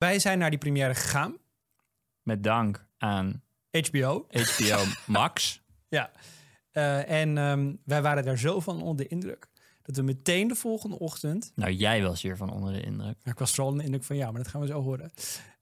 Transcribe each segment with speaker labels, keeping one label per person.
Speaker 1: Wij zijn naar die première gegaan.
Speaker 2: Met dank aan
Speaker 1: HBO.
Speaker 2: HBO Max.
Speaker 1: Ja. Eh, en ehm, wij waren daar zo van onder de indruk. Dat we meteen de volgende ochtend.
Speaker 2: Nou, jij was hier van onder de indruk.
Speaker 1: Nou, ik was vooral onder de indruk van ja, maar dat gaan we zo horen.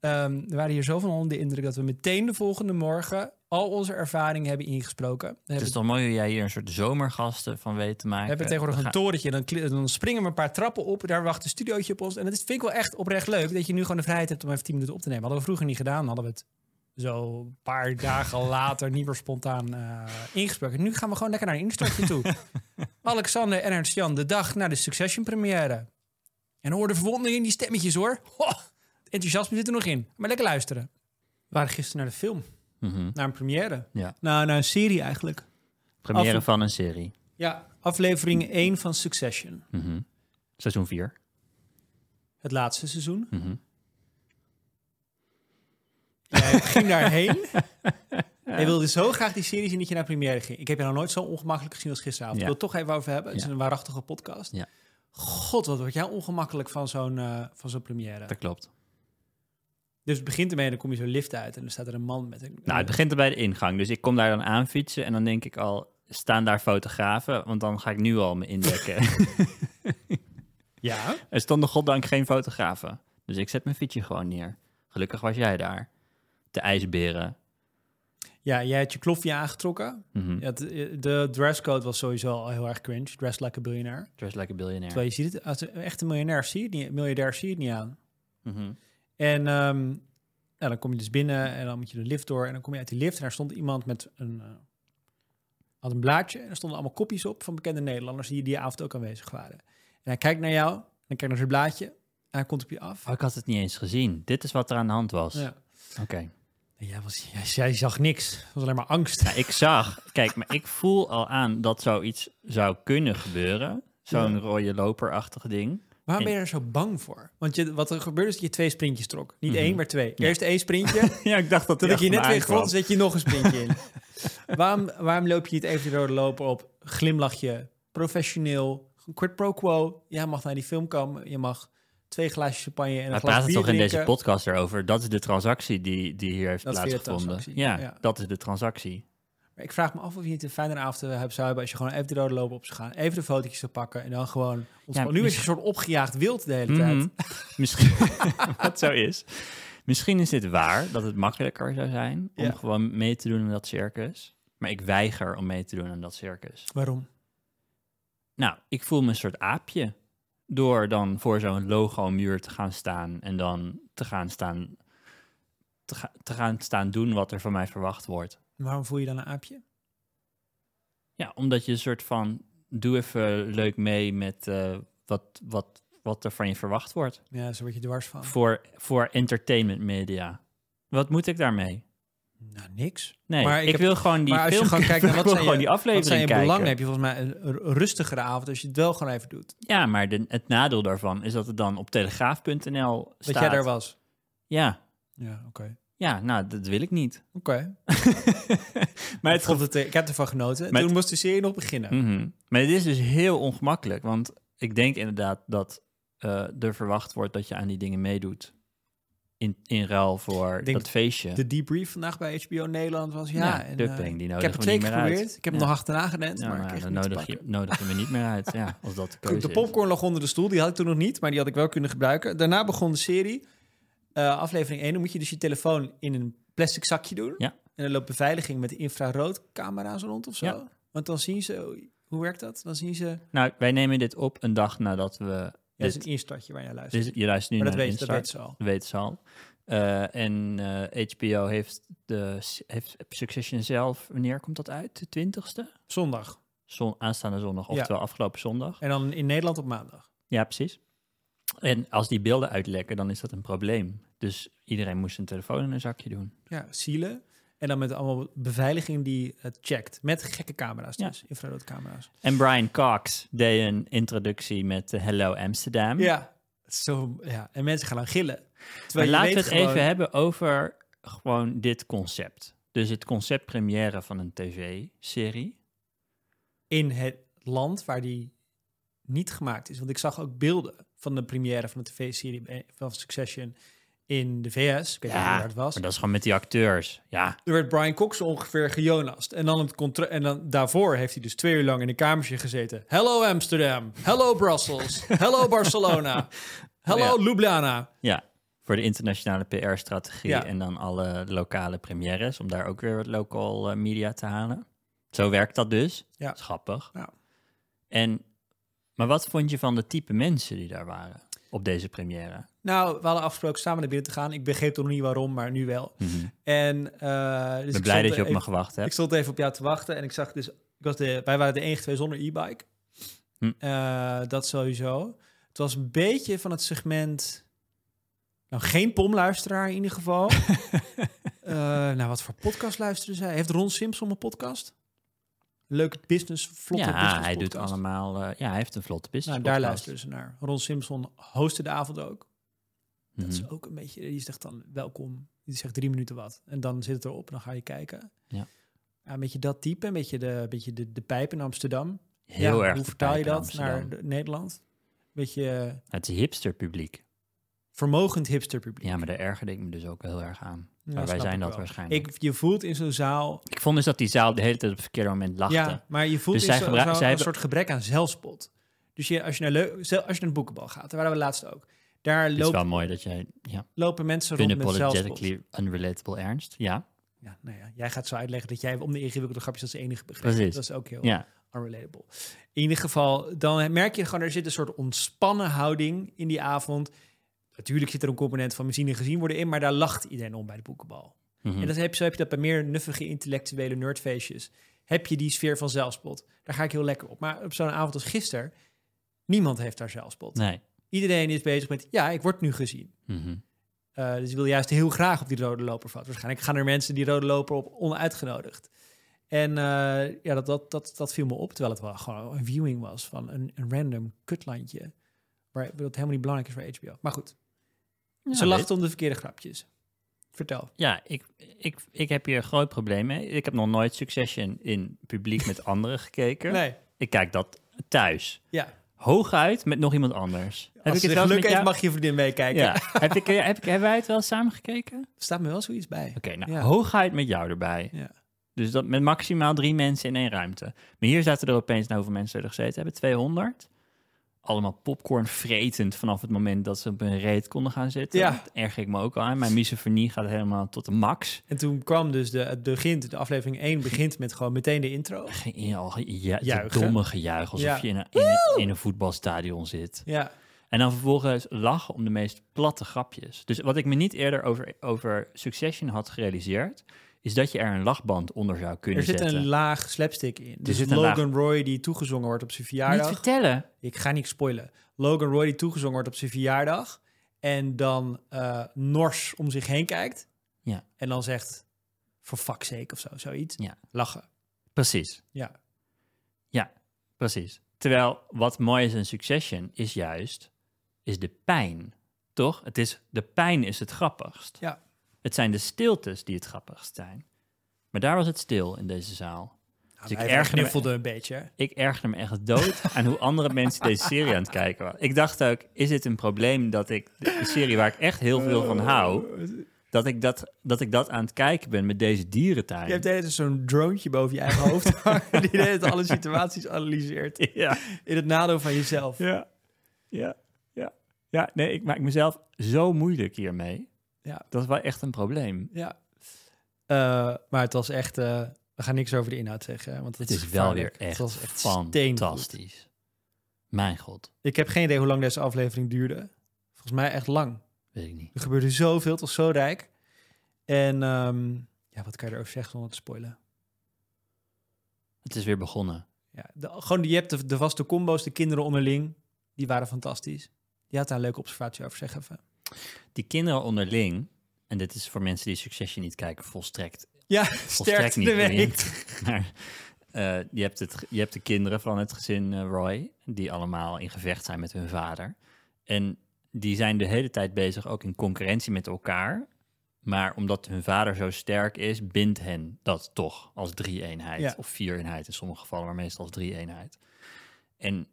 Speaker 1: Ehm, we waren hier zo van onder de indruk dat we meteen de volgende morgen al onze ervaringen hebben ingesproken. We
Speaker 2: Het
Speaker 1: hebben,
Speaker 2: is toch mooi hoe jij hier een soort zomergasten van weet te maken.
Speaker 1: we hebben tegenwoordig
Speaker 2: We
Speaker 1: een torentje. Dan, kli- dan springen we een paar trappen op. Daar wacht een studiootje op ons. En dat is, vind ik wel echt oprecht leuk. Dat je nu gewoon de vrijheid hebt om even 10 minuten op te nemen. Hadden we vroeger niet gedaan. Hadden we het zo een paar dagen later niet meer spontaan eh, ingesproken. Nu gaan we gewoon lekker naar een instortje toe. Alexander en Ernst-Jan de dag na de Succession première. En hoor de verwondering in die stemmetjes hoor. Ho, het enthousiasme zit er nog in. Maar lekker luisteren. We waren gisteren naar de film.
Speaker 2: gaan- Mhm.
Speaker 1: Naar een première.
Speaker 2: Ja.
Speaker 1: Nou, naar een serie eigenlijk.
Speaker 2: Première
Speaker 1: Af-
Speaker 2: van een serie.
Speaker 1: Ja, aflevering 1 van Succession.
Speaker 2: Mhm. Seizoen Mhm. 4.
Speaker 1: Het laatste seizoen. Jij ging daarheen. Hij wilde zo graag die serie zien dat je naar première ging. Ik heb je nog nooit zo ongemakkelijk gezien als gisteravond.
Speaker 2: Ja.
Speaker 1: Ik wil het toch even over hebben. Het is
Speaker 2: Ja.
Speaker 1: een waarachtige podcast.
Speaker 2: Ja.
Speaker 1: God, wat word jij ongemakkelijk van zo'n eh, van zo'n première.
Speaker 2: Dat klopt.
Speaker 1: Dus het begint ermee en dan kom je zo'n lift uit en dan staat er een man met een...
Speaker 2: Nou, het begint er bij de ingang. Dus ik kom daar dan aan fietsen en dan denk ik al, staan daar fotografen? Want dan ga ik nu al me indekken.
Speaker 1: Ja?
Speaker 2: er stonden goddank geen fotografen. Dus ik zet mijn fietsje gewoon neer. Gelukkig was jij daar. De ijsberen.
Speaker 1: Ja, jij had je klofje aangetrokken.
Speaker 2: Mhm.
Speaker 1: Ja, de, de dresscode was sowieso al heel erg cringe. Dress like a billionaire.
Speaker 2: Dressed like a billionaire.
Speaker 1: Terwijl je ziet het, als een echte miljonair zie je het niet, miljardair zie je het niet aan.
Speaker 2: Mhm.
Speaker 1: En ehm, ja, dan kom je dus binnen en dan moet je de lift door. En dan kom je uit die lift en daar stond iemand met een... eh, had een blaadje en er stonden allemaal kopjes op van bekende Nederlanders... die die avond ook aanwezig waren. En hij kijkt naar jou, en hij kijkt naar zijn blaadje en hij komt op je af.
Speaker 2: Oh, ik had het niet eens gezien. Dit is wat er aan de hand was.
Speaker 1: Ja.
Speaker 2: Oké.
Speaker 1: En jij, was, jij, jij zag niks. Het was alleen maar angst.
Speaker 2: Nou, ik zag, kijk, maar ik voel al aan dat zoiets zou kunnen gebeuren. Zo'n
Speaker 1: Ja.
Speaker 2: rode loperachtig ding.
Speaker 1: Waarom ben je er zo bang voor? Want je, wat er gebeurde is dat je twee sprintjes trok. Niet één, maar twee.
Speaker 2: Ja.
Speaker 1: Eerst één sprintje.
Speaker 2: Ja, ik dacht
Speaker 1: Toen ik je net weer gevonden, zet je nog een sprintje in. waarom, waarom loop je niet even de rode loper op? Glimlach je, professioneel, quid pro quo. Jij mag naar die film komen, je mag twee glaasjes champagne en een
Speaker 2: Hij
Speaker 1: glas
Speaker 2: praat
Speaker 1: bier
Speaker 2: het toch in
Speaker 1: drinken.
Speaker 2: deze podcast erover. Dat is de transactie die, die hier heeft
Speaker 1: Dat is weer de
Speaker 2: plaatsgevonden.
Speaker 1: transactie,
Speaker 2: Ja,
Speaker 1: ja.
Speaker 2: dat is de transactie.
Speaker 1: Maar ik vraag me af of je niet een fijnere avond hebt- zou hebben als je gewoon even de rode loper op zou gaan, even de fotootjes zou pakken en dan gewoon ontspannen. nu is je een
Speaker 2: misschien-
Speaker 1: soort opgejaagd wild de hele
Speaker 2: dus- Mhm.
Speaker 1: tijd.
Speaker 2: Misschien wat zo is. Misschien is dit waar dat het makkelijker zou zijn om
Speaker 1: Ja.
Speaker 2: gewoon mee te doen aan dat circus. Maar ik weiger om mee te doen aan dat circus.
Speaker 1: Waarom?
Speaker 2: Nou, ik voel me een soort aapje door dan voor zo'n logo-muur te gaan staan en dan te gaan staan, te, ga- te gaan staan doen wat er van mij verwacht wordt.
Speaker 1: Waarom voel je dan een aapje?
Speaker 2: Ja, omdat je een soort van doe even leuk mee met eh, wat, wat, wat er van je verwacht wordt
Speaker 1: Ja, zo word je dwars van.
Speaker 2: voor, voor entertainment media. Wat moet ik daarmee?
Speaker 1: Nou, niks.
Speaker 2: Nee,
Speaker 1: Maar
Speaker 2: maar
Speaker 1: ik
Speaker 2: ik,
Speaker 1: heb-
Speaker 2: wil gewoon die
Speaker 1: maar als je
Speaker 2: film
Speaker 1: gewoon kijkt naar wat
Speaker 2: ik wil
Speaker 1: zijn
Speaker 2: gewoon
Speaker 1: je-
Speaker 2: die
Speaker 1: Wat
Speaker 2: aflevering
Speaker 1: zijn je
Speaker 2: kijken.
Speaker 1: belangen? Heb je volgens mij een r- rustigere avond als je het wel gewoon even doet.
Speaker 2: Ja, maar de, het nadeel daarvan is dat het dan op telegraaf.nl staat.
Speaker 1: Dat jij daar was.
Speaker 2: Ja,
Speaker 1: Ja, oké.
Speaker 2: ja, nou, dat wil ik niet.
Speaker 1: Oké.
Speaker 2: Maar
Speaker 1: Ik vond het, eh, Ik heb ervan genoten.
Speaker 2: Maar
Speaker 1: Toen
Speaker 2: het-
Speaker 1: moest de serie nog beginnen.
Speaker 2: Mhm. Maar het is dus heel ongemakkelijk, want ik denk inderdaad dat eh, er verwacht wordt dat je aan die dingen meedoet. In, in ruil voor
Speaker 1: Ik denk
Speaker 2: dat feestje.
Speaker 1: De debrief vandaag bij HBO Nederland was ja.
Speaker 2: Ja,
Speaker 1: en, eh,
Speaker 2: Duckling, die
Speaker 1: ik
Speaker 2: nodigen
Speaker 1: heb het
Speaker 2: we
Speaker 1: twee
Speaker 2: niet
Speaker 1: keer
Speaker 2: meer uit.
Speaker 1: geprobeerd. Ik heb
Speaker 2: Ja.
Speaker 1: hem nog achterna gerend,
Speaker 2: ja,
Speaker 1: maar ik
Speaker 2: maar
Speaker 1: kreeg
Speaker 2: dan
Speaker 1: hem niet te
Speaker 2: nodig je,
Speaker 1: pakken.
Speaker 2: nodig je me niet meer uit. Ja, als dat de keuze
Speaker 1: Goed, de
Speaker 2: is.
Speaker 1: popcorn lag onder de stoel, die had ik toen nog niet, maar die had ik wel kunnen gebruiken. Daarna begon de serie. Eh, aflevering 1, dan moet je dus je telefoon in een plastic zakje doen.
Speaker 2: Ja.
Speaker 1: En dan loopt beveiliging met infraroodcamera's rond of zo.
Speaker 2: Ja.
Speaker 1: Want dan zien ze, hoe werkt dat? Dan zien ze,
Speaker 2: Nou, wij nemen dit op een dag nadat we...
Speaker 1: ja, dat is
Speaker 2: dit,
Speaker 1: een instartje waar je naar luistert.
Speaker 2: dus je luistert nu
Speaker 1: maar dat
Speaker 2: naar
Speaker 1: weet, dat
Speaker 2: Instart.
Speaker 1: weet ze al.
Speaker 2: Dat weten ze al. Eh, en eh, HBO heeft, de, heeft Succession zelf... Wanneer komt dat uit? De 20ste?
Speaker 1: Zondag.
Speaker 2: Zon, aanstaande zondag,
Speaker 1: Ja.
Speaker 2: oftewel afgelopen zondag.
Speaker 1: En dan in Nederland op maandag.
Speaker 2: Ja, precies. En als die beelden uitlekken, dan is dat een probleem. Dus iedereen moest zijn telefoon in een zakje doen.
Speaker 1: Ja, zielen. En dan met allemaal beveiliging die het checkt. Met gekke camera's
Speaker 2: Ja.
Speaker 1: dus, infraroodcamera's.
Speaker 2: En Brian Cox deed een introductie met eh, Hello Amsterdam.
Speaker 1: Ja. Zo, ja, en mensen gaan dan gillen.
Speaker 2: maar
Speaker 1: Terwijl je
Speaker 2: laten we
Speaker 1: weet
Speaker 2: het
Speaker 1: gewoon-
Speaker 2: even hebben over gewoon dit concept. Dus het concept première van een tv-serie.
Speaker 1: in het land waar die niet gemaakt is. Want ik zag ook beelden van de première van de tv-serie van Succession in de VS. Ik weet niet
Speaker 2: Ja,
Speaker 1: waar het was.
Speaker 2: Maar dat is gewoon met die acteurs. Ja,
Speaker 1: Er werd Brian Cox ongeveer gejonast. En dan, het contra- en dan daarvoor heeft hij dus twee uur lang in een kamertje gezeten. Hello Amsterdam. Hello Brussels. Hello Barcelona. Hello Ljubljana.
Speaker 2: ja. Voor de internationale PR-strategie
Speaker 1: Ja.
Speaker 2: en dan alle lokale premières. Om daar ook weer wat local eh, media te halen. Zo werkt dat dus.
Speaker 1: Ja.
Speaker 2: Dat is grappig.
Speaker 1: Ja.
Speaker 2: En, maar wat vond je van de type mensen die daar waren op deze première?
Speaker 1: Nou, we hadden afgesproken samen naar binnen te gaan. Ik begreep toen nog niet waarom, maar nu wel.
Speaker 2: Mhm.
Speaker 1: En, eh dus
Speaker 2: Ik ben
Speaker 1: ik
Speaker 2: blij
Speaker 1: stond
Speaker 2: dat je op
Speaker 1: even-
Speaker 2: me gewacht
Speaker 1: Ik
Speaker 2: hebt.
Speaker 1: stond even op jou te wachten en ik zag dus... Ik was de, wij waren de enige twee zonder e-bike.
Speaker 2: Hm.
Speaker 1: Eh, dat sowieso. Het was een beetje van het segment... Nou, geen pomluisteraar in ieder geval. Eh, nou, wat voor podcast luisteren zij? Heeft Ron Simpson een podcast? Leuke business, vlotte
Speaker 2: Ja,
Speaker 1: business
Speaker 2: hij doet
Speaker 1: podcast.
Speaker 2: allemaal. eh, ja, hij heeft een vlotte business.
Speaker 1: Nou, daar
Speaker 2: podcast.
Speaker 1: luisteren ze naar. Ron Simpson hostte de avond ook. Dat
Speaker 2: Mhm.
Speaker 1: is ook een beetje, die zegt dan welkom. Die zegt drie minuten wat. En dan zit het erop en dan ga je kijken.
Speaker 2: Ja.
Speaker 1: Ja, een beetje dat type, een beetje de, een beetje de, de pijp in Amsterdam.
Speaker 2: Heel
Speaker 1: Ja,
Speaker 2: erg.
Speaker 1: Hoe
Speaker 2: de
Speaker 1: vertaal je
Speaker 2: pijp in
Speaker 1: dat naar
Speaker 2: Amsterdam.
Speaker 1: de- Nederland? Een beetje eh,
Speaker 2: Het is hipster publiek.
Speaker 1: vermogend hipster publiek.
Speaker 2: Ja, maar daar ergerde ik me dus ook heel erg aan.
Speaker 1: Ja,
Speaker 2: maar wij
Speaker 1: snap
Speaker 2: zijn
Speaker 1: ik
Speaker 2: dat
Speaker 1: wel.
Speaker 2: waarschijnlijk. Ik,
Speaker 1: Ik, je voelt in zo'n zaal,
Speaker 2: vond dus dat die zaal de hele tijd op het verkeerde moment lachte.
Speaker 1: ja, maar je voelt
Speaker 2: Dus
Speaker 1: in
Speaker 2: zij
Speaker 1: zo'n
Speaker 2: gebruik-
Speaker 1: zaal
Speaker 2: zij
Speaker 1: een
Speaker 2: hebben-
Speaker 1: soort gebrek aan zelfspot. Dus je, als, je naar leu- zel- als je naar de boekenbal gaat, daar waren we laatst ook. Daar
Speaker 2: Het is
Speaker 1: lopen,
Speaker 2: wel mooi dat jij... Ja,
Speaker 1: lopen mensen rond met zelfspot.
Speaker 2: unapologetically unrelatable ernst. Ja,
Speaker 1: Ja, nou ja, jij gaat zo uitleggen dat jij om de ingewikkelde grapjes als enige begrijpt.
Speaker 2: Precies.
Speaker 1: Dat is ook heel
Speaker 2: ja.
Speaker 1: unrelatable. In ieder geval, dan merk je gewoon, er zit een soort ontspannen houding in die avond. Natuurlijk zit er een component van misschien en gezien worden in, maar daar lacht iedereen om bij de boekenbal.
Speaker 2: Mhm.
Speaker 1: En dat heb, zo heb je dat bij meer nuffige intellectuele nerdfeestjes. Heb je die sfeer van zelfspot. Daar ga ik heel lekker op. Maar op zo'n avond als gisteren, niemand heeft daar zelfspot.
Speaker 2: Nee.
Speaker 1: Iedereen is bezig met, ja, ik word nu gezien.
Speaker 2: Mhm.
Speaker 1: Eh, dus ik wil juist heel graag op die rode loper vatten. Waarschijnlijk gaan er mensen die rode loper op onuitgenodigd. En eh, ja, dat, dat, dat, dat viel me op, terwijl het wel gewoon een viewing was van een, een random kutlandje. Waar dat helemaal niet belangrijk is voor HBO. Maar goed,
Speaker 2: Ja,
Speaker 1: ze
Speaker 2: weet-
Speaker 1: lachten om de verkeerde grapjes. Vertel.
Speaker 2: Ja, ik, ik, ik heb hier een groot probleem mee. Ik heb nog nooit Succession in publiek met anderen gekeken.
Speaker 1: Nee,
Speaker 2: Ik kijk dat thuis.
Speaker 1: ja.
Speaker 2: Hooguit met nog iemand anders.
Speaker 1: Als
Speaker 2: ik
Speaker 1: ze
Speaker 2: het wel eens
Speaker 1: geluk
Speaker 2: met
Speaker 1: heeft,
Speaker 2: jou-
Speaker 1: mag je vriendin meekijken.
Speaker 2: Ja. heb ik, eh, heb ik, hebben wij het wel eens samen gekeken? Oké,
Speaker 1: Er staat me wel zoiets bij.
Speaker 2: nou,
Speaker 1: Ja.
Speaker 2: hooguit met jou erbij.
Speaker 1: Ja.
Speaker 2: Dus dat met maximaal drie mensen in één ruimte. Maar hier zaten er opeens, nou hoeveel mensen er gezeten hebben? 200. Allemaal popcorn vretend vanaf het moment dat ze op hun reet konden gaan zitten.
Speaker 1: Ja.
Speaker 2: Dat erg ik me ook al aan. Mijn misofonie gaat helemaal tot de max.
Speaker 1: En toen kwam dus de, het begint, de aflevering 1 begint met gewoon meteen de intro.
Speaker 2: Geen ja, al ge- ja, dat
Speaker 1: Juichen.
Speaker 2: domme gejuich, alsof
Speaker 1: Ja.
Speaker 2: je in een, in, een, in een voetbalstadion zit.
Speaker 1: Ja,
Speaker 2: En dan vervolgens lachen om de meest platte grapjes. Dus wat ik me niet eerder over, over Succession had gerealiseerd... is dat je er een lachband onder zou kunnen
Speaker 1: er zit
Speaker 2: zetten.
Speaker 1: een laag slapstick in. Dus
Speaker 2: zit een laag-
Speaker 1: Logan Roy die toegezongen wordt op zijn
Speaker 2: niet
Speaker 1: verjaardag.
Speaker 2: vertellen.
Speaker 1: ik ga niet spoilen. Logan Roy die toegezongen wordt op zijn verjaardag. En dan eh, nors om zich heen kijkt.
Speaker 2: Ja.
Speaker 1: En dan zegt, voor fuck's sake of zo, zoiets.
Speaker 2: Ja.
Speaker 1: Lachen.
Speaker 2: Precies.
Speaker 1: Ja.
Speaker 2: Ja, precies. Terwijl wat mooi is in Succession is juist is de pijn, toch? Het is, de pijn is het grappigst.
Speaker 1: Ja.
Speaker 2: Het zijn de stiltes die het grappigst zijn. Maar daar was het stil in deze zaal.
Speaker 1: Nou,
Speaker 2: Dus ik
Speaker 1: wij
Speaker 2: erger me-
Speaker 1: knuffelde een beetje. hè.
Speaker 2: Ik ergerde me echt dood aan hoe andere mensen deze serie aan het kijken waren. Ik dacht ook, is dit een probleem dat ik de serie waar ik echt heel veel van hou, dat ik dat, dat, ik dat aan het kijken ben met deze dierentuin?
Speaker 1: Je hebt de hele tijd zo'n droontje boven je eigen hoofd hangen die de hele tijd alle situaties analyseert.
Speaker 2: ja.
Speaker 1: In het nadeel van jezelf.
Speaker 2: Ja, ja, ja. Ja, nee, ik maak mezelf zo moeilijk hiermee.
Speaker 1: Ja.
Speaker 2: Dat is wel echt een probleem.
Speaker 1: Ja. Eh, maar het was echt... eh, we gaan niks over de inhoud zeggen. hè, Want
Speaker 2: Het
Speaker 1: het
Speaker 2: is wel weer
Speaker 1: Het
Speaker 2: echt,
Speaker 1: was echt steengoed.
Speaker 2: fantastisch. Mijn god,
Speaker 1: Ik heb geen idee hoe lang deze aflevering duurde. Volgens mij echt lang.
Speaker 2: weet ik niet.
Speaker 1: Er gebeurde zoveel, het was zo rijk. En ehm, ja, wat kan je erover zeggen zonder te spoilen?
Speaker 2: Het is weer begonnen.
Speaker 1: Ja, de, gewoon, je hebt de, de vaste combo's, de kinderen onderling. Die waren fantastisch. Je had daar een leuke observatie over, zeg even.
Speaker 2: Die kinderen onderling, en dit is voor mensen die Succession niet kijken, volstrekt.
Speaker 1: Ja,
Speaker 2: Volstrekt
Speaker 1: sterkte
Speaker 2: niet
Speaker 1: de week.
Speaker 2: boeiend. Maar eh, je, hebt het, ge- je hebt de kinderen van het gezin eh, Roy, die allemaal in gevecht zijn met hun vader. En die zijn de hele tijd bezig, ook in concurrentie met elkaar. Maar omdat hun vader zo sterk is, bindt hen dat toch als drie-eenheid.
Speaker 1: Ja.
Speaker 2: Of vier-eenheid in sommige gevallen, maar meestal als drie-eenheid. En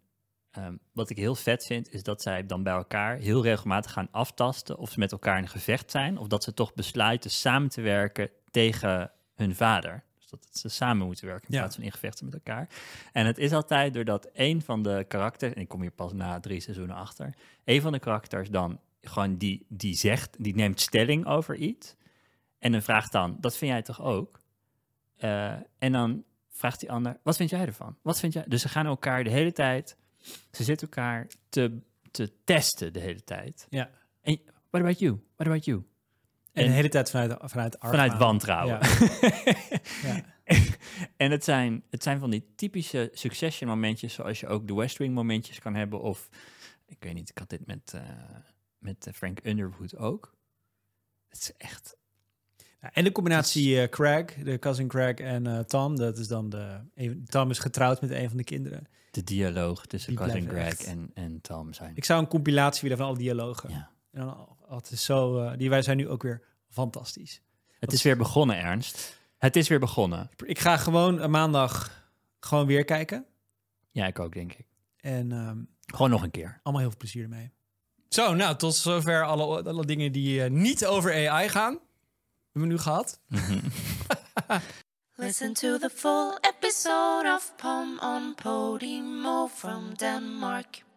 Speaker 2: Ehm, wat ik heel vet vind, is dat zij dan bij elkaar heel regelmatig gaan aftasten of ze met elkaar in gevecht zijn. Of dat ze toch besluiten samen te werken tegen hun vader. Dus dat ze samen moeten werken in
Speaker 1: Ja.
Speaker 2: plaats van in gevechten met elkaar. En het is altijd doordat een van de karakters, en ik kom hier pas na drie seizoenen achter, een van de karakters dan gewoon die, die zegt, die neemt stelling over iets. En dan vraagt dan, dat vind jij toch ook? Eh, en dan vraagt die ander, wat vind jij ervan? Wat vind jij? Dus ze gaan elkaar de hele tijd, ze zitten elkaar te, te testen de hele tijd.
Speaker 1: Ja.
Speaker 2: En what about you? What about you?
Speaker 1: En de
Speaker 2: En-
Speaker 1: hele tijd vanuit, vanuit argwaan.
Speaker 2: Vanuit wantrouwen.
Speaker 1: Ja. Ja.
Speaker 2: en het zijn, het zijn van die typische succession momentjes, zoals je ook de West Wing momentjes kan hebben. Of, ik weet niet, ik had dit met, eh, met eh, Frank Underwood ook. Het is echt,
Speaker 1: Ja, Nou, En de combinatie
Speaker 2: Dus-
Speaker 1: eh, Craig, de cousin Craig en eh, Tom. Dat is dan de... een- Tom is getrouwd met een van de kinderen.
Speaker 2: de dialoog tussen
Speaker 1: Die
Speaker 2: Cousin
Speaker 1: blijven
Speaker 2: Greg
Speaker 1: echt-
Speaker 2: en, en Tom zijn.
Speaker 1: Ik zou een compilatie willen van alle dialogen.
Speaker 2: ja.
Speaker 1: En dan, oh, het is zo... eh, die wij zijn nu ook weer fantastisch.
Speaker 2: Het is weer begonnen, Ernst. Het is weer begonnen.
Speaker 1: Ik ga gewoon eh, maandag gewoon weer kijken.
Speaker 2: Ja, ik ook, denk ik.
Speaker 1: En ehm,
Speaker 2: Gewoon nog een keer.
Speaker 1: allemaal heel veel plezier ermee. Zo, nou, tot zover alle, alle dingen die eh, niet over AI gaan. Hebben we nu gehad.
Speaker 3: Listen to the full episode of Pom on Podimo from Denmark.